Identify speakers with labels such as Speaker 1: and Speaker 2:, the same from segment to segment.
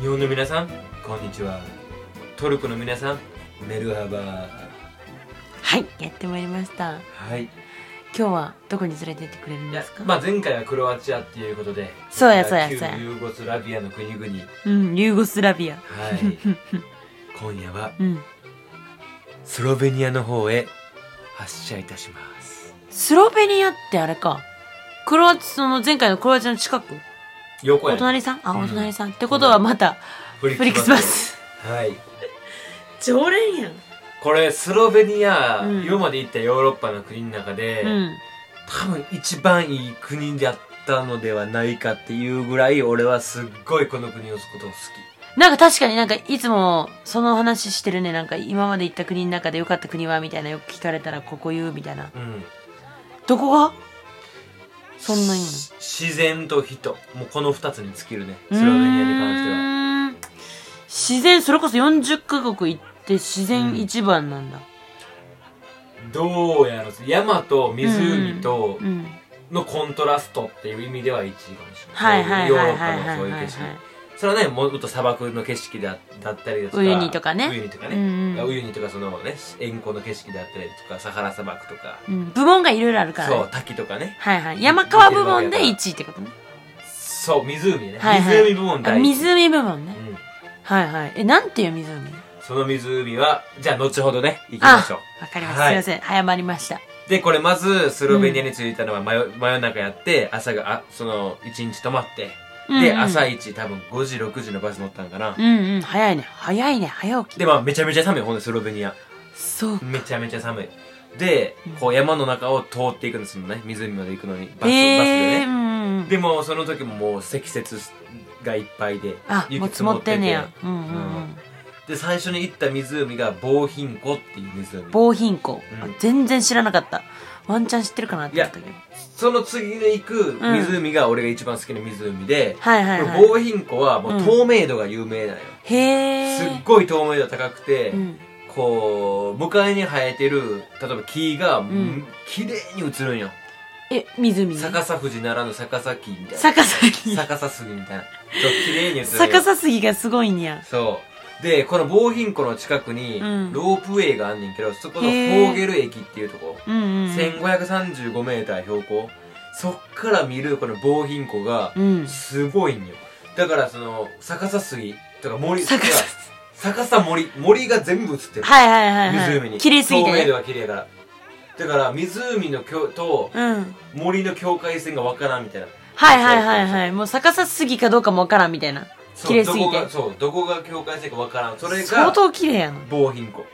Speaker 1: 日本の皆さんこんにちはトルコの皆さんメルハバ
Speaker 2: はいやってまいりました
Speaker 1: はい
Speaker 2: 今日はどこに連れてってくれるん
Speaker 1: い
Speaker 2: で
Speaker 1: や
Speaker 2: すか
Speaker 1: まあ前回はクロアチアっていうことで
Speaker 2: そうやそうやそうや
Speaker 1: 旧ユーゴスラビアの国々 はい
Speaker 2: うんユーゴスラビア
Speaker 1: 今夜は
Speaker 2: うん
Speaker 1: スロベニアの方へ発車いたします
Speaker 2: スロベニアってあれかクロアチその前回のクロアチアの近く
Speaker 1: 横
Speaker 2: お
Speaker 1: や
Speaker 2: 隣さんあ
Speaker 1: うん
Speaker 2: お隣さん、ってことはまた
Speaker 1: フ
Speaker 2: フリックスバス
Speaker 1: はい
Speaker 2: 常連やん
Speaker 1: これスロベニア、
Speaker 2: うん
Speaker 1: 今まで行ったヨーロッパの国の中で、
Speaker 2: うん
Speaker 1: 多分一番いい国だったのではないかっていうぐらい俺はすっごいこの国のことを好き
Speaker 2: なんか確かになんかいつもその話してるねなんか今まで行った国の中で良かった国はみたいなよく聞かれたらここ言うみたいな
Speaker 1: うん
Speaker 2: どこがそんなに
Speaker 1: し自然と人もうこの2つに尽きるねス
Speaker 2: うーん
Speaker 1: ロベニアに関しては
Speaker 2: 自然それこそ40カ国行って自然一番なんだ
Speaker 1: どうやろ山と湖と
Speaker 2: うん、
Speaker 1: のコントラストっていう意味では1位かもしれな、
Speaker 2: はいいはい
Speaker 1: ヨー
Speaker 2: は
Speaker 1: ロッ
Speaker 2: いは
Speaker 1: パ
Speaker 2: いは
Speaker 1: の
Speaker 2: い
Speaker 1: そう
Speaker 2: は
Speaker 1: いう景色それは
Speaker 2: いはい
Speaker 1: ねもっと砂漠の景色だだったりだとか
Speaker 2: ウユニとかね
Speaker 1: ウユニとか
Speaker 2: うん
Speaker 1: ね、
Speaker 2: うん
Speaker 1: ウユニとかそのね塩湖の景色だったりとかサハラ砂漠とか
Speaker 2: うん部門がいろいろあるから、ね、
Speaker 1: そう滝とかね
Speaker 2: はいはい山川部門で1位ってことね
Speaker 1: そう、湖ね。
Speaker 2: はいはい
Speaker 1: 湖部門
Speaker 2: あ
Speaker 1: 第一
Speaker 2: 湖部門
Speaker 1: う
Speaker 2: ね
Speaker 1: ん。
Speaker 2: はいはいえなんていう湖わ
Speaker 1: その湖は、じゃあ後ほどね、行きましょ
Speaker 2: かりました、
Speaker 1: はい
Speaker 2: すいません早まりました
Speaker 1: う。で、これまず、スロベニアに着いたのは真夜、真夜中やって、朝が、あ、その、一日泊まって、で、
Speaker 2: うんうん
Speaker 1: 朝一、多分5時、6時のバス乗ったんかな
Speaker 2: う。んうん早いね早いね早起き
Speaker 1: で、まあ、めちゃめちゃ寒い、ほんで、スロベニア。
Speaker 2: そう
Speaker 1: めちゃめちゃ寒い。で
Speaker 2: うん、
Speaker 1: こう、山の中を通っていくんですよね、湖まで行くのに。バス、バスで
Speaker 2: へえー、
Speaker 1: ね
Speaker 2: う。んうん
Speaker 1: でも、その時ももう、積雪がいっぱいで、
Speaker 2: あもう積もってんねやうんうんう
Speaker 1: うんで、最初に行った湖が、防貧湖っていう湖。
Speaker 2: 防貧庫、
Speaker 1: うん
Speaker 2: あ全然知らなかったワンチャン知ってるかなって思ったけど
Speaker 1: その次で行く湖が俺が一番好きな湖で、
Speaker 2: はいはい
Speaker 1: こ
Speaker 2: は
Speaker 1: れ
Speaker 2: い
Speaker 1: 防貧湖はもう透明度が有名なのよ、
Speaker 2: へえ
Speaker 1: すっごい透明度高くて、
Speaker 2: うん、
Speaker 1: こう向かいに生えてる例えば木が、
Speaker 2: ん
Speaker 1: 綺麗に映るんよ
Speaker 2: え湖ね
Speaker 1: 逆さ富士ならぬ逆さ木みたいな
Speaker 2: 逆さ ぎ
Speaker 1: 逆さ杉みたいなそう綺麗に映るんよ
Speaker 2: 逆さすぎがすごいんや
Speaker 1: そうでこの防貧湖の近くに
Speaker 2: うん
Speaker 1: ロープウェイがあんねんけど、そこのホ
Speaker 2: へー
Speaker 1: ーゲル駅っていうとこ
Speaker 2: うんうんうん
Speaker 1: 1535メーター標高そっから見るこの防貧湖が
Speaker 2: うん
Speaker 1: すごいんよだからその逆さ杉とか森
Speaker 2: 逆さ
Speaker 1: 逆さ森森が全部映ってる、
Speaker 2: はいはいはいはい
Speaker 1: 湖に
Speaker 2: 綺麗すぎて
Speaker 1: 透明
Speaker 2: ね
Speaker 1: 度が綺麗やからだから湖の境と
Speaker 2: うん
Speaker 1: 森の境界線がわからんみたいな
Speaker 2: はいはいはいはいもう逆さすぎかどうかもわからんみたいな
Speaker 1: そう
Speaker 2: 綺麗すぎて
Speaker 1: どこがそうどこが境界線かわからんそれ
Speaker 2: 相
Speaker 1: が
Speaker 2: 当綺麗やな
Speaker 1: 防貧湖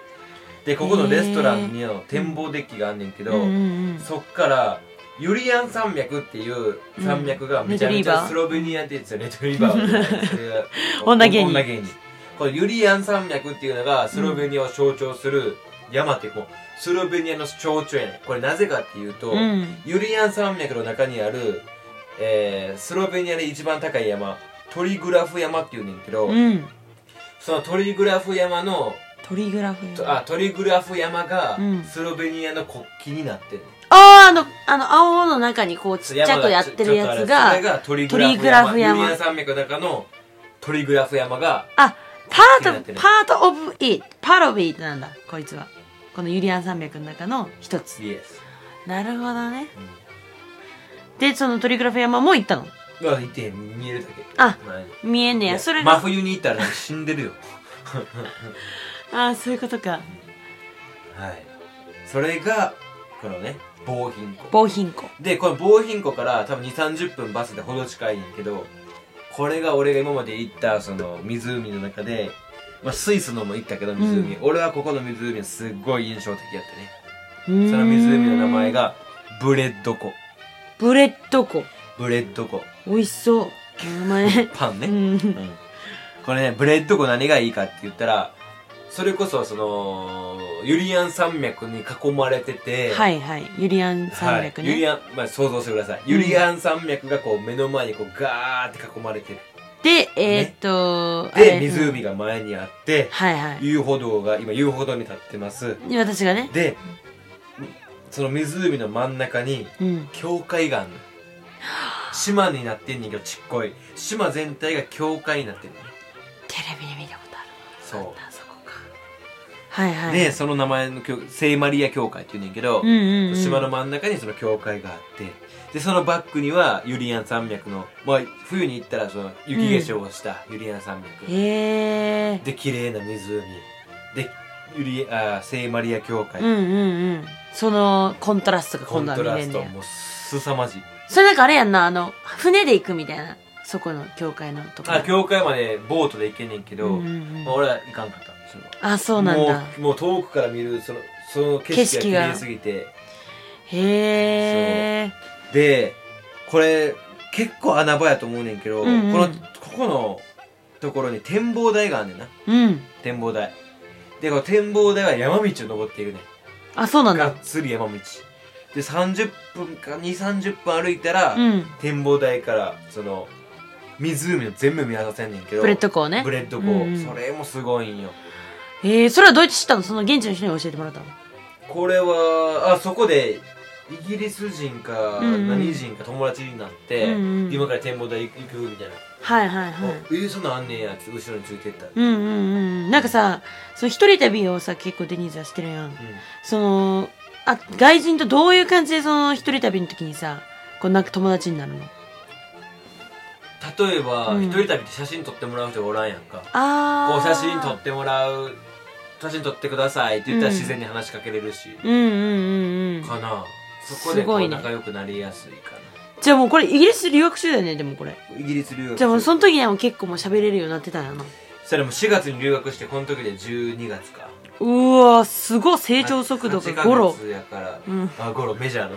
Speaker 1: でここのレストランにの展望デッキがあんねんけど、
Speaker 2: うんうん
Speaker 1: そっからユリアン山脈っていう山脈が
Speaker 2: うん
Speaker 1: めちゃめち
Speaker 2: レトリーバ
Speaker 1: ゃ
Speaker 2: ー
Speaker 1: スロベニアって言うんですよレトリーバーはそれが
Speaker 2: 女芸人
Speaker 1: 女芸人これユリアン山脈っていうのがスロベニアを象徴する山ってこうスロベニアの象徴やねんこれなぜかっていうと、
Speaker 2: うんうん
Speaker 1: ユリアン山脈の中にある、えースロベニアで一番高い山トリグラフ山っていうねんけど、
Speaker 2: うん
Speaker 1: そのトリグラフ山の
Speaker 2: トリグラフ
Speaker 1: と
Speaker 2: あ
Speaker 1: あトリグラフ山が
Speaker 2: うん
Speaker 1: スロベニアの国旗になってる、
Speaker 2: あーあのあの青の中にこうちっちゃくやってるやつが
Speaker 1: それがトリグ
Speaker 2: トリグラ
Speaker 1: ラ
Speaker 2: フ
Speaker 1: フ
Speaker 2: 山
Speaker 1: 山ユリアン山脈の中のトリグラフ山が
Speaker 2: あパ
Speaker 1: 気にな
Speaker 2: ー
Speaker 1: っ
Speaker 2: ト
Speaker 1: て
Speaker 2: パ
Speaker 1: る
Speaker 2: ートオブイットパートオブイットなんだこいつはこのユリアン山脈の中の一つ
Speaker 1: イエス、
Speaker 2: なるほどね
Speaker 1: う
Speaker 2: でそのトリグラフ山も行ったの
Speaker 1: ん、まあ行って見えるだけ
Speaker 2: あ
Speaker 1: まあい
Speaker 2: 見えんねや
Speaker 1: や
Speaker 2: それ
Speaker 1: 真
Speaker 2: が
Speaker 1: 冬に行ったら死んでるよ
Speaker 2: ああそういうことか
Speaker 1: はいそれがこのね防貧湖
Speaker 2: 防貧庫
Speaker 1: でこの防貧湖から多分2 3 0分バスでほど近いんやけどこれが俺が今まで行ったその湖の中で、まあ、スイスのも行ったけど湖、
Speaker 2: う
Speaker 1: 俺はここの湖はすっごい印象的やったね
Speaker 2: そ
Speaker 1: その湖の名前がブレッド湖
Speaker 2: ブレッド湖
Speaker 1: ブレッド湖
Speaker 2: 美味しそう名前
Speaker 1: パンね、
Speaker 2: う
Speaker 1: うん
Speaker 2: ん
Speaker 1: これねブレッド湖何がいいかって言ったらそれこそそのユリアン山脈に囲まれてて
Speaker 2: はいいはいユリアン山脈
Speaker 1: ユリ
Speaker 2: ね
Speaker 1: アン、まあ、想像してください、ユリアン山脈がこう目の前にこうガーって囲まれてる
Speaker 2: でえーっとあ
Speaker 1: で
Speaker 2: れ
Speaker 1: 湖が前にあって
Speaker 2: はいはい
Speaker 1: 遊歩道が今遊歩道に立ってます
Speaker 2: で私がね
Speaker 1: でその湖の真ん中に
Speaker 2: うん
Speaker 1: 教会があんの島になってんねんけどちっこい島全体が教会になってんねん
Speaker 2: なん
Speaker 1: そ
Speaker 2: だそこかはいは
Speaker 1: う
Speaker 2: い
Speaker 1: でその名前の教聖マリア教会っていうねんけど、
Speaker 2: うんうんうん
Speaker 1: 島の真ん中にその教会があってでそのバックにはユリアン山脈の、まあ、冬に行ったらその雪化粧をしたユリアン山脈、
Speaker 2: へえ
Speaker 1: で綺麗な湖でユリあー聖マリア教会、
Speaker 2: うんうんうんそのコントラストが
Speaker 1: コ
Speaker 2: 今
Speaker 1: ン
Speaker 2: 度
Speaker 1: トラ
Speaker 2: は見れ
Speaker 1: ス
Speaker 2: んね
Speaker 1: ト
Speaker 2: や
Speaker 1: もう凄まじい
Speaker 2: それなんかあれやんなあの船で行くみたいなそこの教会のとこ
Speaker 1: あ教会までボートで行けんねんけど、
Speaker 2: うんうんうん
Speaker 1: まあ、俺は行かんかったそれは
Speaker 2: あそうなんだ
Speaker 1: もうもう遠くから見るそのその景色が綺麗すぎて
Speaker 2: へえ
Speaker 1: でこれ結構穴場やと思うねんけど、
Speaker 2: うんうん
Speaker 1: このここのところに展望台があんねんな
Speaker 2: うん
Speaker 1: 展望台でこの展望台は山道を登っているね
Speaker 2: あそうなん
Speaker 1: が
Speaker 2: だ
Speaker 1: っつり山道で30分か230分歩いたら、
Speaker 2: うん
Speaker 1: 展望台からその湖の全部見渡せんねんけど
Speaker 2: ブレッド校ね
Speaker 1: ブレッド校、
Speaker 2: うんうん
Speaker 1: それもすごいんよ
Speaker 2: へえそれはどうやって知ったのその現地の人に教えてもらったの
Speaker 1: これはあそこでイギリス人か
Speaker 2: うんうん
Speaker 1: 何人か友達になって、
Speaker 2: うんうん
Speaker 1: 今から展望台行くみたいな
Speaker 2: はいはいはい
Speaker 1: 「えそんなんあんねんや」って後ろについてった、
Speaker 2: うんうんうんなんかさその一人旅をさ結構デニーズはしてるやんそのあ外人とどういう感じでその一人旅の時にさこうなんか友達になるの
Speaker 1: うん例えば、
Speaker 2: うん
Speaker 1: 一人旅って写真撮ってもらう人がおらんやんか
Speaker 2: ああ
Speaker 1: こう写真撮ってもらう写真撮ってくださいって言ったら
Speaker 2: うん
Speaker 1: 自然に話しかけれるし、
Speaker 2: うんうんうんうん
Speaker 1: かなそこですこ
Speaker 2: ご
Speaker 1: う
Speaker 2: いね
Speaker 1: 仲良くなりやすいか
Speaker 2: じゃあもうこれイギリス留学中だよねでもこれ
Speaker 1: なイギリス留学
Speaker 2: じゃあもうその時にはもう結構もう喋れるようになってたんやな
Speaker 1: それも4月に留学してこの時で12月か
Speaker 2: うわすごい成長速度
Speaker 1: 8
Speaker 2: が
Speaker 1: ヶ
Speaker 2: ゴロ
Speaker 1: 月やから、
Speaker 2: うん
Speaker 1: あゴロメジャーの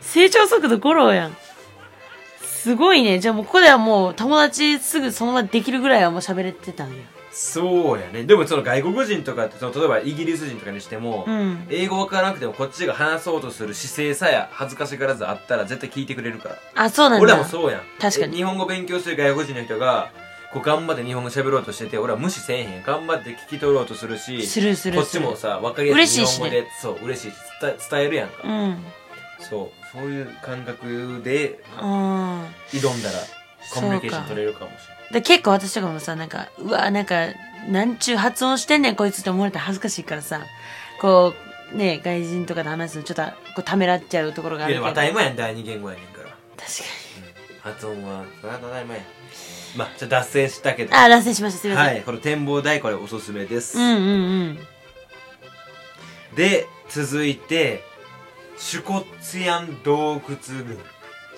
Speaker 2: 成長速度ゴロやんすごいねじゃあもうここではもう友達すぐそのままできるぐらいはもう喋れてたんや
Speaker 1: そうやねでもその外国人とかってその例えばイギリス人とかにしても、
Speaker 2: うん
Speaker 1: 英語わからなくてもこっちが話そうとする姿勢さえ恥ずかしがらずあったら絶対聞いてくれるから
Speaker 2: あそうなんだ
Speaker 1: 俺らもそうやん
Speaker 2: 確かに
Speaker 1: え日本語勉強する外国人の人がこう頑張って日本語喋ろうとしてて俺は無視せえへん頑張って聞き取ろうとするし
Speaker 2: するする
Speaker 1: こっちもさ分かりやすい
Speaker 2: 嬉しい
Speaker 1: 日
Speaker 2: し
Speaker 1: 本
Speaker 2: ね
Speaker 1: 語でそう嬉しいし伝え伝えるやんか、
Speaker 2: うん
Speaker 1: そうそういう感覚で
Speaker 2: あ
Speaker 1: 挑んだらコミュニケーション
Speaker 2: そうか
Speaker 1: 取れるかもし
Speaker 2: ーで結構私とかもさなんかうわなんかなんちゅう発音してんねんこいつって思われたら恥ずかしいからさこうね外人とかと話すのちょっとこうためらっちゃうところがあ
Speaker 1: れない
Speaker 2: る
Speaker 1: い
Speaker 2: け
Speaker 1: や
Speaker 2: ど
Speaker 1: でも当
Speaker 2: 確
Speaker 1: た
Speaker 2: か
Speaker 1: り前やん第二言語やねんから発音はそれは当たり前やまあちょっと脱線したけど
Speaker 2: にあ脱線しましたすいません、
Speaker 1: はいこの展望台これおすすめです、
Speaker 2: うんうんうん
Speaker 1: で続いてシュコッツィアン洞窟群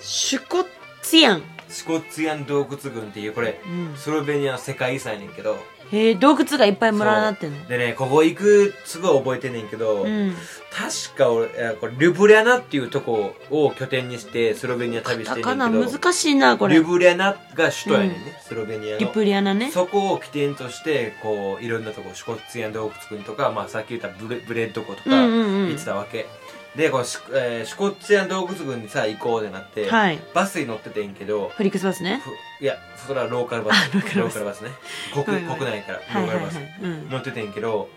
Speaker 2: シュコッツィアン、
Speaker 1: シュコッツィアン洞窟群っていうこれ
Speaker 2: うん、
Speaker 1: スロベニアの世界遺産やねんけど
Speaker 2: へえ洞窟がいっぱい村になってんの
Speaker 1: そうでねここ行くすごい覚えてんねんけど、
Speaker 2: うん
Speaker 1: 確か俺えーこれリュブリャナっていうとこを拠点にしてスロベニア旅してんねんけど
Speaker 2: 高な難しいなこれ
Speaker 1: リュブリャナが首都やねんね、スロベニアの
Speaker 2: リプリアナね
Speaker 1: そこを起点としてこういろんなとこシュコッツィアン洞窟群とか、まあ、さっき言ったブレブレッド湖とか
Speaker 2: うんうんうん
Speaker 1: 行ってたわけ、でこのシュ,、えーシュコッツィアン洞窟群にさ行こうってなって、
Speaker 2: はい
Speaker 1: バスに乗っててんけど
Speaker 2: フリックスバスね
Speaker 1: ふいやそれはローカルバス
Speaker 2: あローカルバス
Speaker 1: ね国
Speaker 2: ごめんごめん
Speaker 1: 国内から
Speaker 2: は
Speaker 1: ロ
Speaker 2: い
Speaker 1: ーカ
Speaker 2: はい
Speaker 1: ル
Speaker 2: は
Speaker 1: バス、
Speaker 2: い、うん、
Speaker 1: 乗っててんけど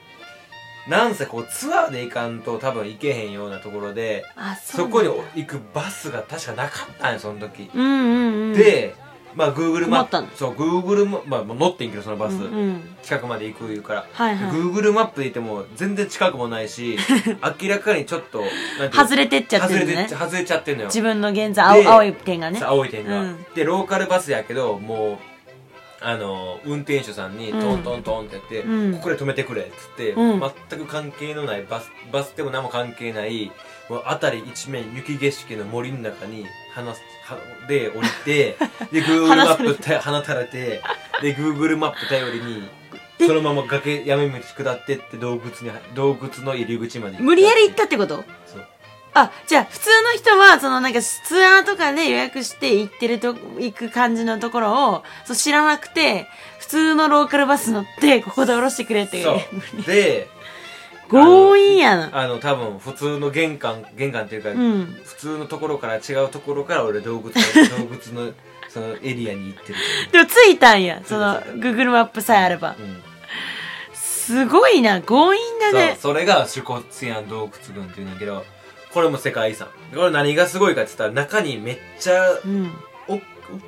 Speaker 1: なんせこうツアーで行かんと多分行けへんようなところで
Speaker 2: あ
Speaker 1: そ
Speaker 2: そうなん
Speaker 1: こに
Speaker 2: だ
Speaker 1: 行くバスが確かなかったんよその時、
Speaker 2: うんうんうん
Speaker 1: でまあ Google マ
Speaker 2: 困った
Speaker 1: ッ
Speaker 2: の
Speaker 1: プそう Google マまあまあ乗ってんけどそのバス、
Speaker 2: うんうん、
Speaker 1: 近くまで行く言うから、
Speaker 2: はいはい
Speaker 1: Google マップでいても全然近くもない し明らかにちょっとなんていうの
Speaker 2: 外れてっちゃってるの
Speaker 1: 外れ
Speaker 2: ね
Speaker 1: てっちゃ外れちゃってんのよ
Speaker 2: 自分の現在青
Speaker 1: で
Speaker 2: 青い点がね
Speaker 1: そう青い点が、
Speaker 2: うん
Speaker 1: でローカルバスやけどもうあの運転手さんに
Speaker 2: うん
Speaker 1: トントントンってやって「
Speaker 2: うん
Speaker 1: ここで止めてくれ」っつって、
Speaker 2: うん
Speaker 1: 全く関係のないバスバスでも何も関係ないもう辺り一面雪景色の森の中に放すはで降り てで Google マップた放たれてで Google マップ頼りにそのまま崖山道下ってって洞窟に洞窟の入り口まで行った
Speaker 2: 無理やり行ったってこと
Speaker 1: そう
Speaker 2: あじゃあ普通の人はそのなんかツアーとかで予約して行ってると行く感じのところをそう知らなくて普通のローカルバス乗ってここで降ろしてくれって
Speaker 1: そうで
Speaker 2: 強引やな
Speaker 1: あの多分普通の玄関玄関っていうか、
Speaker 2: うん
Speaker 1: 普通のところから違うところから俺洞 窟の洞窟のそのエリアに行ってる、
Speaker 2: でも着いたんやその
Speaker 1: 着いた
Speaker 2: Google マップさえあれば
Speaker 1: うん、
Speaker 2: すごいな強引だ
Speaker 1: そう
Speaker 2: ね
Speaker 1: それがシュコッツィアン洞窟群っていうんだけどこれも世界遺産これ何がすごいかって言ったら中にめっちゃ
Speaker 2: うん
Speaker 1: お大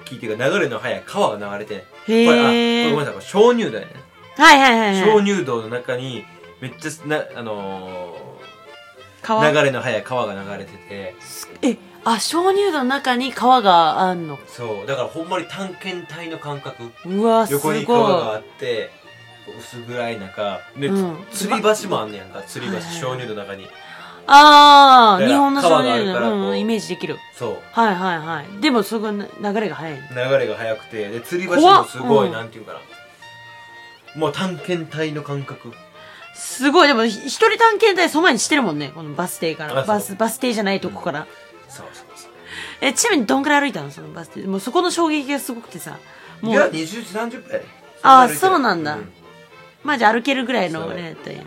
Speaker 1: きいっていうか流れの速い川が流れてこれあこ
Speaker 2: へ
Speaker 1: れ
Speaker 2: え
Speaker 1: ごめんなさいこれ鍾乳洞やね
Speaker 2: はいはいはいはい。
Speaker 1: 鍾乳洞の中にめっちゃな、あのー、
Speaker 2: 川
Speaker 1: 流れの速い川が流れてて
Speaker 2: え、あ、鍾乳洞の中に川があんの。
Speaker 1: そうだからほんまに探検隊の感覚
Speaker 2: うわ、すご
Speaker 1: 横
Speaker 2: い。
Speaker 1: に川があって薄暗い中で、
Speaker 2: うん
Speaker 1: つ吊り橋もあんねやんか吊り
Speaker 2: は
Speaker 1: 橋
Speaker 2: いはい
Speaker 1: 鍾乳洞の中にだか
Speaker 2: ああ、
Speaker 1: ら
Speaker 2: 日本の鍾
Speaker 1: 川があ
Speaker 2: 乳
Speaker 1: る
Speaker 2: 洞
Speaker 1: からこう
Speaker 2: うんうん、イメージできる。
Speaker 1: そう
Speaker 2: はいはいはい。でも、すごい流れが早い。
Speaker 1: 流れが速くてで吊り橋
Speaker 2: 怖
Speaker 1: も
Speaker 2: っ
Speaker 1: すごい、
Speaker 2: うん
Speaker 1: なんていうかなもう探検隊の感覚
Speaker 2: すごい、でも、ひ一人探検隊その前にしてるもんね。このバス停か
Speaker 1: あ
Speaker 2: ら。
Speaker 1: そう
Speaker 2: バス、バス停じゃないとこから。
Speaker 1: そうそうそう
Speaker 2: え、ちなみにどんくらい歩いたのそのバス停。もうそこの衝撃がすごくてさ。も
Speaker 1: いや20
Speaker 2: う、
Speaker 1: 時30分やで
Speaker 2: あ
Speaker 1: 歩
Speaker 2: ー
Speaker 1: いてる
Speaker 2: そうなんだまあじゃあ歩けるぐらい
Speaker 1: そ
Speaker 2: の、
Speaker 1: う
Speaker 2: ね、やったんや。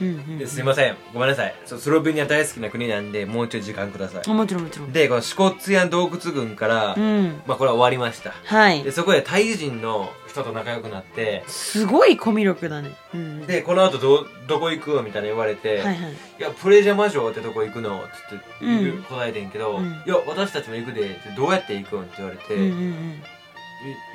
Speaker 2: うんうん。
Speaker 1: ですいませんごめんなさいそうスロベニア大好きな国なんでもうちょい時間くださ
Speaker 2: あもちろんもちろ
Speaker 1: い
Speaker 2: ん。
Speaker 1: でこのシュコツヤ洞窟群から、
Speaker 2: うん。
Speaker 1: まあこれは終わりました
Speaker 2: はい
Speaker 1: で。そこでタイ人の人と仲良くなって
Speaker 2: すごいコミュ力だね。うん。
Speaker 1: でこの後どどこ行くみたいな言われて、
Speaker 2: はいはい。
Speaker 1: いや、プレジャーマ城ってとこ行くのつって言う
Speaker 2: うん
Speaker 1: 答えてんけど、
Speaker 2: うん
Speaker 1: いや、私たちも行くで、ってどうやって行くんって言われて、
Speaker 2: うんう
Speaker 1: い
Speaker 2: ん
Speaker 1: い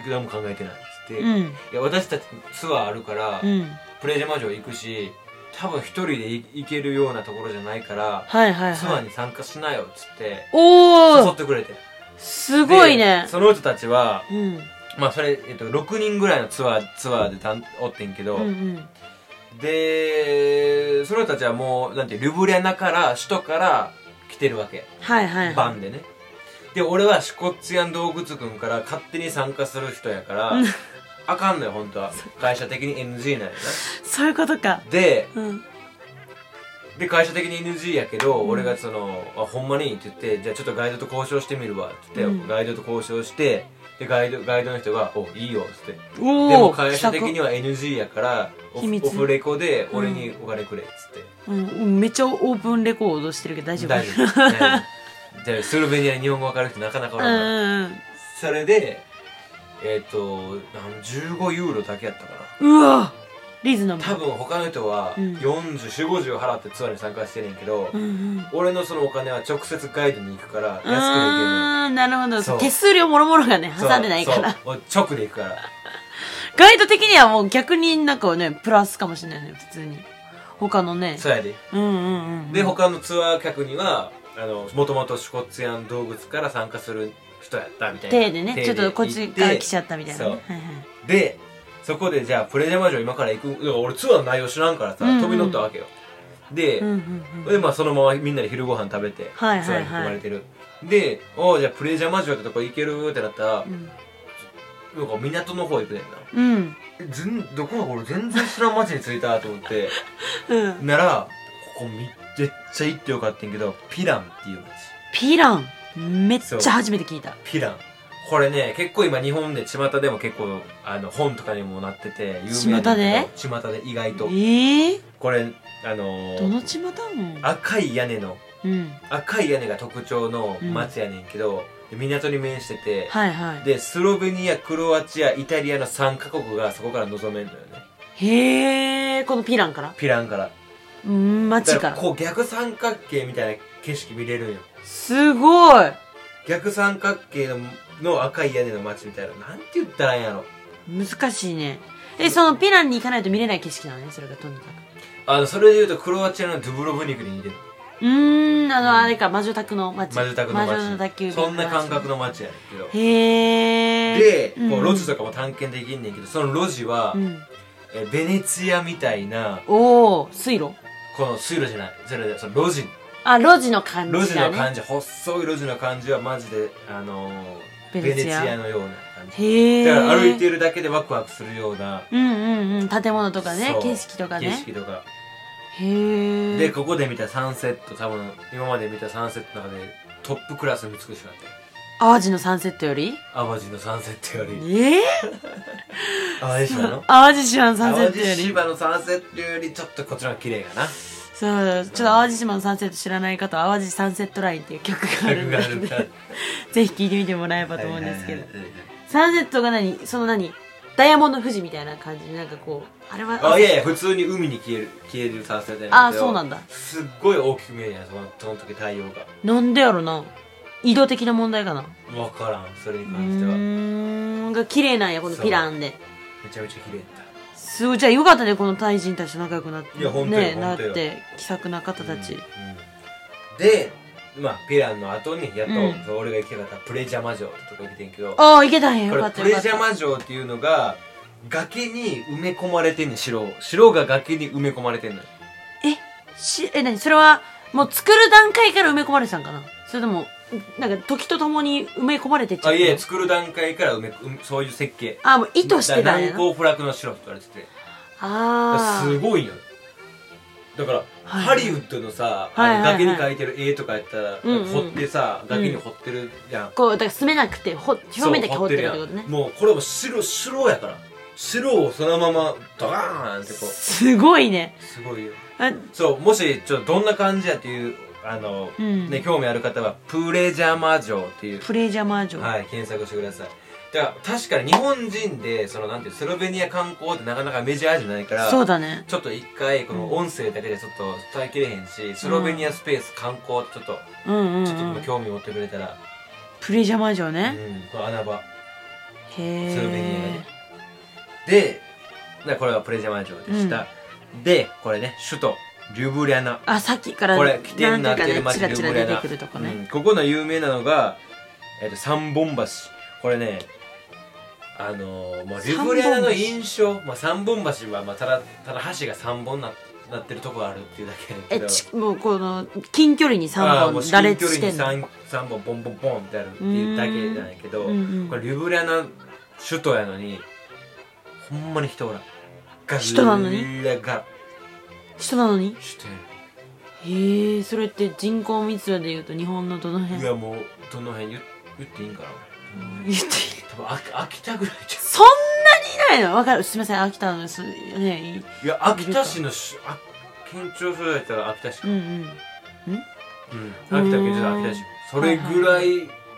Speaker 1: くらも考えてないっつって、
Speaker 2: うん。うん。
Speaker 1: いや、私たちツアーあるから、
Speaker 2: うん。
Speaker 1: プレジャーマ城行くし、多分一人で行行けるようなところじゃないから、
Speaker 2: はいはい
Speaker 1: ツア
Speaker 2: は
Speaker 1: ー
Speaker 2: い。
Speaker 1: に参加しなよっつって、
Speaker 2: お
Speaker 1: 誘っ
Speaker 2: ー
Speaker 1: てくれて。
Speaker 2: すごいね
Speaker 1: で。その人たちは、
Speaker 2: うん。
Speaker 1: まあそれ、えっと、6人ぐらいのツアー、ツアーでたんおってんけど、
Speaker 2: うんうん。
Speaker 1: で、その人たちはもう、なんて、ルブリャナから、首都から来てるわけ。
Speaker 2: はいはい
Speaker 1: バ
Speaker 2: は
Speaker 1: ンでねで俺はシュコッツヤン洞窟群から勝手に参加する人やから
Speaker 2: うん
Speaker 1: あかんのよ本当は会社的に NG なんや
Speaker 2: い。そういうことか
Speaker 1: な。で
Speaker 2: うん。
Speaker 1: で会社的に NG やけど、俺がその「あほんまに?」って言って「じゃあちょっとガイドと交渉してみるわ」って言って、
Speaker 2: うん
Speaker 1: ガイドと交渉してでガイドガイドの人が「おいいよ」ってってで
Speaker 2: お
Speaker 1: も
Speaker 2: お。
Speaker 1: 会社的には NG やからオ
Speaker 2: 秘
Speaker 1: フ
Speaker 2: 密
Speaker 1: オフレコで俺にお金くれっつって、
Speaker 2: うんうん。めっちゃオープンレコードしてるけど大丈夫。
Speaker 1: 大丈夫大丈夫じゃあスロベニアに日本語わかる人なかなかお
Speaker 2: う
Speaker 1: らんから、
Speaker 2: んうん
Speaker 1: それでえっ、となん15ユーロだけやったかな
Speaker 2: うん。うわリズナブ
Speaker 1: 多
Speaker 2: ル。
Speaker 1: 分他の人は
Speaker 2: うん
Speaker 1: 405050払ってツアーに参加してんねんけど、
Speaker 2: うんうん。
Speaker 1: 俺のそのお金は直接ガイドに行くから安くで行けない
Speaker 2: あーなるほ
Speaker 1: そ
Speaker 2: ど
Speaker 1: う
Speaker 2: 手数料もろもろがね挟んでないから
Speaker 1: そうそう直で行くから
Speaker 2: ガイド的にはもう逆になんかねプラスかもしれないね普通に他のね
Speaker 1: そうやで
Speaker 2: うんうんうんうん
Speaker 1: で他のツアー客にはもともとシュコツヤン動物から参加する人やったみたいな
Speaker 2: 手でねちょっとこっちから来ちゃったみたいなね
Speaker 1: そう
Speaker 2: はいはい
Speaker 1: でそこでじゃあプレジャーマージョン今から行くだから俺ツアーの内容知らんからさ、
Speaker 2: うんうん
Speaker 1: 飛び乗ったわけよで、
Speaker 2: うんうんうん
Speaker 1: でまあそのままみんなで昼ご飯食べて、
Speaker 2: はいはいはい
Speaker 1: ツアーに含まれてるで「おうじゃあプレジャーマジオってとこ行ける?」ってなったら、
Speaker 2: うん
Speaker 1: なんか港の方行くねんな
Speaker 2: うん
Speaker 1: えずんどこだこれ全然知らん街に着いたと思って
Speaker 2: う ん
Speaker 1: ならここめっちゃ行ってよかったんやけどピランっていう街
Speaker 2: ピランめっちゃ初めて聞いた
Speaker 1: ピランこれね結構今日本で巷でも結構あの本とかにもなってて有名なんやけど巷で意外と
Speaker 2: ええ
Speaker 1: これあのー
Speaker 2: どのちまたも
Speaker 1: 赤い屋根の
Speaker 2: うん
Speaker 1: 赤い屋根が特徴の町やねんけど、港に面してて、
Speaker 2: はいは
Speaker 1: でスロベニアクロアチアイタリアの3カ国がそこから望めるのよね
Speaker 2: いへえこのピランから
Speaker 1: ピランから
Speaker 2: うん街
Speaker 1: だ
Speaker 2: か
Speaker 1: から
Speaker 2: ら
Speaker 1: こう逆三角形みたいな景色見れるんよ
Speaker 2: すごい
Speaker 1: 逆三角形のの赤い屋根の町みたいななんて言ったらいいんやろ
Speaker 2: 難しいねえそのピランに行かないと見れない景色なのねそれがとにかく
Speaker 1: あのそれで言うとクロアチアのドゥブロブニクに似てる
Speaker 2: うーんあのあれか魔女宅の街
Speaker 1: マジュタクの
Speaker 2: 魔女宅
Speaker 1: 町そんな感覚の町やねんけど
Speaker 2: へ
Speaker 1: で
Speaker 2: え、
Speaker 1: こう路地とかも探検できんねんけどその路地は、
Speaker 2: うん、
Speaker 1: えベネツィアみたいな
Speaker 2: おお水路
Speaker 1: この水路じゃないそれでその路地
Speaker 2: あ路地の感
Speaker 1: 路
Speaker 2: じ
Speaker 1: 地
Speaker 2: だ
Speaker 1: の
Speaker 2: ね
Speaker 1: 感じ、細い路地の感じはマジであのー
Speaker 2: ベ
Speaker 1: ベ
Speaker 2: ネ
Speaker 1: ネ
Speaker 2: チ
Speaker 1: チ
Speaker 2: ア
Speaker 1: アのような感じ
Speaker 2: へえ
Speaker 1: だから歩いてるだけでワクワクするような
Speaker 2: うんうんうん建物とかね
Speaker 1: そう
Speaker 2: 景色とか
Speaker 1: 景
Speaker 2: ね
Speaker 1: 色とか
Speaker 2: へえ
Speaker 1: でここで見たサンセット多分今まで見たサンセットの中でトップクラスに美しかった
Speaker 2: 淡路のサンセットより
Speaker 1: よ淡路のサンセットより
Speaker 2: ええ
Speaker 1: 淡路島の
Speaker 2: 淡路島のサンセッ
Speaker 1: 淡
Speaker 2: ト
Speaker 1: 路
Speaker 2: より
Speaker 1: 島のサンセットよりちょっとこっちの方が綺麗かな
Speaker 2: そうちょっと淡路島のサンセット知らない方は淡路サンセットラインっていう曲がある んで
Speaker 1: 曲がある
Speaker 2: ぜひ聴いてみてもらえばと思うんですけど
Speaker 1: はいはいはいはい
Speaker 2: サンセットが何その何ダイヤモンド富士みたいな感じでなんかこうあれは
Speaker 1: あいやいや普通に海に消える消えるサンセットやねんけど
Speaker 2: あそうなんだ
Speaker 1: すっごい大きく見えるやんそのその時太陽が
Speaker 2: なんでやろな移動的な問題かな
Speaker 1: 分からんそれに
Speaker 2: う
Speaker 1: 関してはめ
Speaker 2: ーんが綺麗なんやこのピランで
Speaker 1: ちゃめちゃ綺麗だっ
Speaker 2: すごいじゃあよかったねこのタイ人たちと仲良くなって
Speaker 1: いや本当よ
Speaker 2: ねな
Speaker 1: 本
Speaker 2: っ
Speaker 1: 当よ
Speaker 2: て気さくな方たち、
Speaker 1: うんうんでまあピランの後にやっと、
Speaker 2: うん
Speaker 1: そう俺が行きたかったプレジャマ城ってとこ行ってんけどこ
Speaker 2: ああいけたんやよか
Speaker 1: れ
Speaker 2: った
Speaker 1: プ
Speaker 2: よ
Speaker 1: レ
Speaker 2: かっ
Speaker 1: ジ
Speaker 2: た
Speaker 1: ャマ城っていうのが崖に埋め込まれてんねん城を城が崖に埋め込まれてんのよ
Speaker 2: えしえ何それはもう作る段階から埋め込まれてたんかなそれともなんか時とともに埋め込まれてっちゃった
Speaker 1: あ
Speaker 2: の
Speaker 1: いえ作る段階から埋めうんそういう設計
Speaker 2: あもう意図してたんや
Speaker 1: 難攻不落の城って言われててだから
Speaker 2: あ
Speaker 1: す
Speaker 2: ー
Speaker 1: ごいのよだから、
Speaker 2: はい
Speaker 1: ハリウッドのさ、
Speaker 2: はい
Speaker 1: あの
Speaker 2: はいは
Speaker 1: 崖
Speaker 2: い
Speaker 1: に描いてる絵とかやったら、
Speaker 2: うんうん
Speaker 1: 掘ってさ崖に掘ってるやん、
Speaker 2: こうだから住めなくてほ表面だけ掘ってるって
Speaker 1: そ
Speaker 2: ことね
Speaker 1: う掘ってるやんもうこれも白白やから白をそのままドカーンってこう
Speaker 2: すごいね
Speaker 1: すごいよ
Speaker 2: あ
Speaker 1: そうもしちょっとどんな感じやっていうあの、
Speaker 2: うん
Speaker 1: ね興味ある方はプレジャマ城っていう
Speaker 2: プレジャーマージョン、
Speaker 1: はい検索してくださいだから確かに日本人でそのなんていうスロベニア観光ってなかなかメジャーじゃないから
Speaker 2: そうだね
Speaker 1: ちょっと一回この音声だけでちょっと伝えきれへんしスロベニアスペース観光ちょっと、
Speaker 2: うんうん、う
Speaker 1: ちょっとでも
Speaker 2: ん、
Speaker 1: 興味持ってくれたら、
Speaker 2: プレジャーマージョン
Speaker 1: う
Speaker 2: ね、
Speaker 1: ん、この穴場スロベニアが
Speaker 2: へ
Speaker 1: ねでだからこれはプレジャーマンジョンでした、でこれね首都リュブリャナ
Speaker 2: ーあさっきから
Speaker 1: これ起点になってる
Speaker 2: んか
Speaker 1: 街
Speaker 2: ねチ
Speaker 1: リ
Speaker 2: ラ
Speaker 1: ュ
Speaker 2: チ
Speaker 1: ブ
Speaker 2: ラ
Speaker 1: リ
Speaker 2: 出
Speaker 1: ャ
Speaker 2: て
Speaker 1: ナ
Speaker 2: くるとこね、
Speaker 1: うんここの有名なのが、えっと三本橋これねあのー、もうリュブリャナの印象まあ、三本橋は、まあ、ただただ橋が三本ななってるとこがあるっていうだけやねんけ
Speaker 2: え
Speaker 1: ど
Speaker 2: ちもうこの近距離に
Speaker 1: ああも
Speaker 2: 3
Speaker 1: う
Speaker 2: 本
Speaker 1: 至
Speaker 2: 羅
Speaker 1: 近距
Speaker 2: 列
Speaker 1: 離
Speaker 2: して
Speaker 1: に
Speaker 2: んの
Speaker 1: 3, 三本ボンボンボンってあるっていうだけなんやけど、
Speaker 2: うんうん
Speaker 1: これリュブリャナ首都やのにほんまに人おらんガ
Speaker 2: 人なのに
Speaker 1: ラガラ
Speaker 2: 人なのに
Speaker 1: して
Speaker 2: へえそれって人口密度でいうと日本のどの辺
Speaker 1: い
Speaker 2: 言っ
Speaker 1: やもうどの辺言言っていいんかな
Speaker 2: ていい
Speaker 1: 多分あ秋田ぐらいじ
Speaker 2: そんなにいないのわかるすみません秋田のすね
Speaker 1: ゃんい
Speaker 2: い
Speaker 1: や秋田市のしあ県庁所在だったら秋田市か
Speaker 2: うんうん
Speaker 1: うん、秋田県庁だったら秋田市それぐらい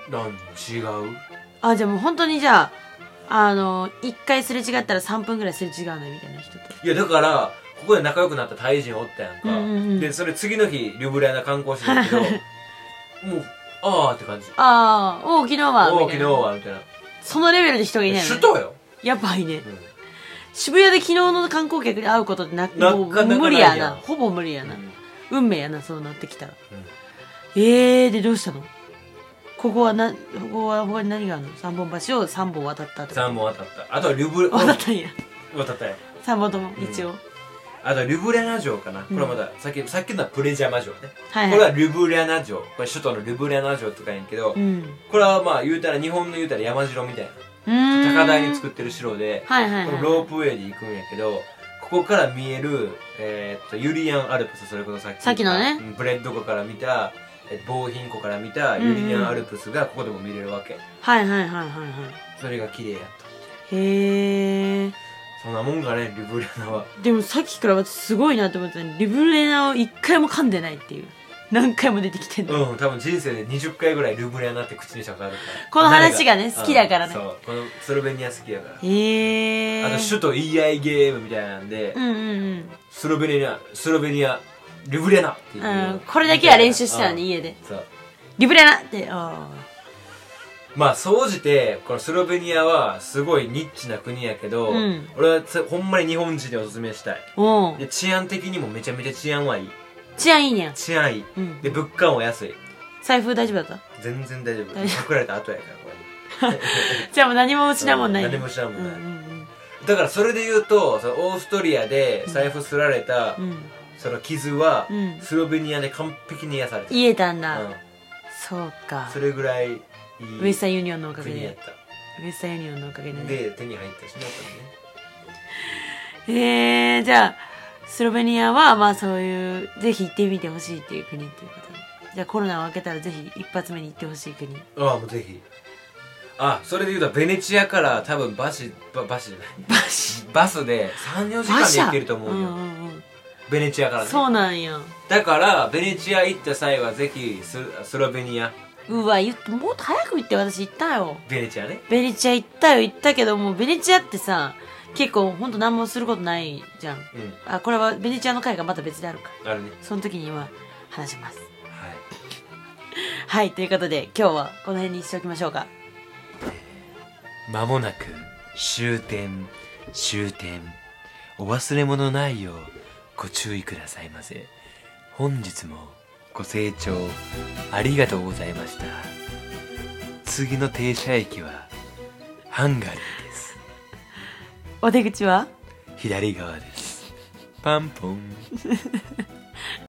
Speaker 1: なん違う
Speaker 2: あじゃあもう本当にじゃああの一回すれ違ったら3分ぐらいすれ違うねみたいな人と
Speaker 1: いやだからここで仲良くなったタイ人おったやんか、
Speaker 2: うんうんうん
Speaker 1: でそれ次の日リュブリアナ観光してた けどもうああって感じ
Speaker 2: ああ沖縄は
Speaker 1: お
Speaker 2: み
Speaker 1: お
Speaker 2: た
Speaker 1: 昨
Speaker 2: い
Speaker 1: 日
Speaker 2: な
Speaker 1: はみたいな
Speaker 2: そのレベルで人がいないのね
Speaker 1: 首都よ、
Speaker 2: やばいね
Speaker 1: うん
Speaker 2: 渋谷で昨日の観光客に会うことってな
Speaker 1: な
Speaker 2: もう
Speaker 1: かなかないやん
Speaker 2: 無理やなほぼ無理やな、
Speaker 1: うん
Speaker 2: 運命やなそうなってきたら、えー、でどうしたのここはなここは他に何があるの三本橋を三本渡ったってこと
Speaker 1: 3本渡ったあとはリュ ブ
Speaker 2: 渡ったんや
Speaker 1: 渡ったよ
Speaker 2: 三本とも一応、
Speaker 1: あとはリュブリアナ城かな、これはまたさっきさっきのはプレジャマ城ね、
Speaker 2: はいはい
Speaker 1: これはリュブリアナ城これ首都のリュブリアナ城とかやんけど、
Speaker 2: うん
Speaker 1: これはまあ言うたら日本の言うたら山城みたいな
Speaker 2: うーん
Speaker 1: 高台に作ってる城で、
Speaker 2: はいはい
Speaker 1: こ
Speaker 2: はい
Speaker 1: のロープウェイで行くんやけどここから見える、えーっとユリアンアルプスそれこそさっき言った
Speaker 2: さっきのね
Speaker 1: うんブレッド湖から見たえーボーヒン湖から見たユリアンアルプスがここでも見れるわけ、
Speaker 2: はいはいはいはいは
Speaker 1: それが綺麗やっ
Speaker 2: いへえ
Speaker 1: たそんなもんがねリブリアナは
Speaker 2: でもさっきから私すごいなと思ってたのにリブレナを一回も噛んでないっていう何回も出てきてんの、
Speaker 1: うん多分人生で20回ぐらいルブリアナって口にしたことあるから
Speaker 2: この話がね
Speaker 1: 誰
Speaker 2: 好きだからね
Speaker 1: うんそうこのスロベニア好きやから
Speaker 2: へえ
Speaker 1: あと首都 EI ゲームみたいなんで、
Speaker 2: うんうんうん
Speaker 1: スロベニアスロベニアリブリアナっていう、
Speaker 2: うんこれだけは練習したのに
Speaker 1: うん
Speaker 2: 家で
Speaker 1: そう
Speaker 2: リブレナってあ
Speaker 1: まあ総じてこのスロベニアはすごいニッチな国やけど、
Speaker 2: うん
Speaker 1: 俺はつほんまに日本人におすすめしたい
Speaker 2: あお
Speaker 1: で治安的にもめちゃめちゃ治安はいい
Speaker 2: 治安いいねん
Speaker 1: 治安いい、
Speaker 2: うん
Speaker 1: で物価も安い
Speaker 2: 財布大丈夫だっ
Speaker 1: 全然大丈夫
Speaker 2: 大丈夫
Speaker 1: 隠れた後やからこれ
Speaker 2: たじゃあもう何も失うもんない、ね、
Speaker 1: 何も知らんもんない、
Speaker 2: うんうん
Speaker 1: だからそれで言うとそのオーストリアで財布すられた、
Speaker 2: うん、うん、
Speaker 1: その傷は、
Speaker 2: うん
Speaker 1: スロベニアで完璧に癒された
Speaker 2: 言えたんだ、
Speaker 1: うん、
Speaker 2: そうか
Speaker 1: それぐらいいい
Speaker 2: ウエスタンユニオンのおかげ
Speaker 1: 国やっ
Speaker 2: でウエスタンユニオンのおかげで
Speaker 1: た
Speaker 2: ね
Speaker 1: で手に入ったしねやっ
Speaker 2: へえじゃあスロベニアはまあそういうぜひ行ってみてほしいっていう国っていうことでじゃあコロナを明けたらぜひ一発目に行ってほしい国
Speaker 1: ぱりねああもうぜひあそれで言うとベネチアから多分バスババスじゃない
Speaker 2: バシ
Speaker 1: バスで34時間で行けると思うよ、
Speaker 2: んうんうん
Speaker 1: ベネチアからね
Speaker 2: そうなんや
Speaker 1: だからベネチア行った際はぜひススロベニア
Speaker 2: うわ言ってもっと早く行って私行ったよ
Speaker 1: ベネチアね
Speaker 2: ベネチア行ったよ行ったけどもうベネチアってさ結構ほんと何もすることないじゃん
Speaker 1: う
Speaker 2: あこれはベネチアの会がまた別であるか
Speaker 1: んあるね
Speaker 2: その時には話します
Speaker 1: はい
Speaker 2: はいということで今日はこの辺にしておきましょうか
Speaker 1: まもなく終点終点お忘れ物ないようご注意くださいませ本日もご清聴ありがとうございました次の停車駅はハンガリーです
Speaker 2: お出口は
Speaker 1: 左側ですパンポン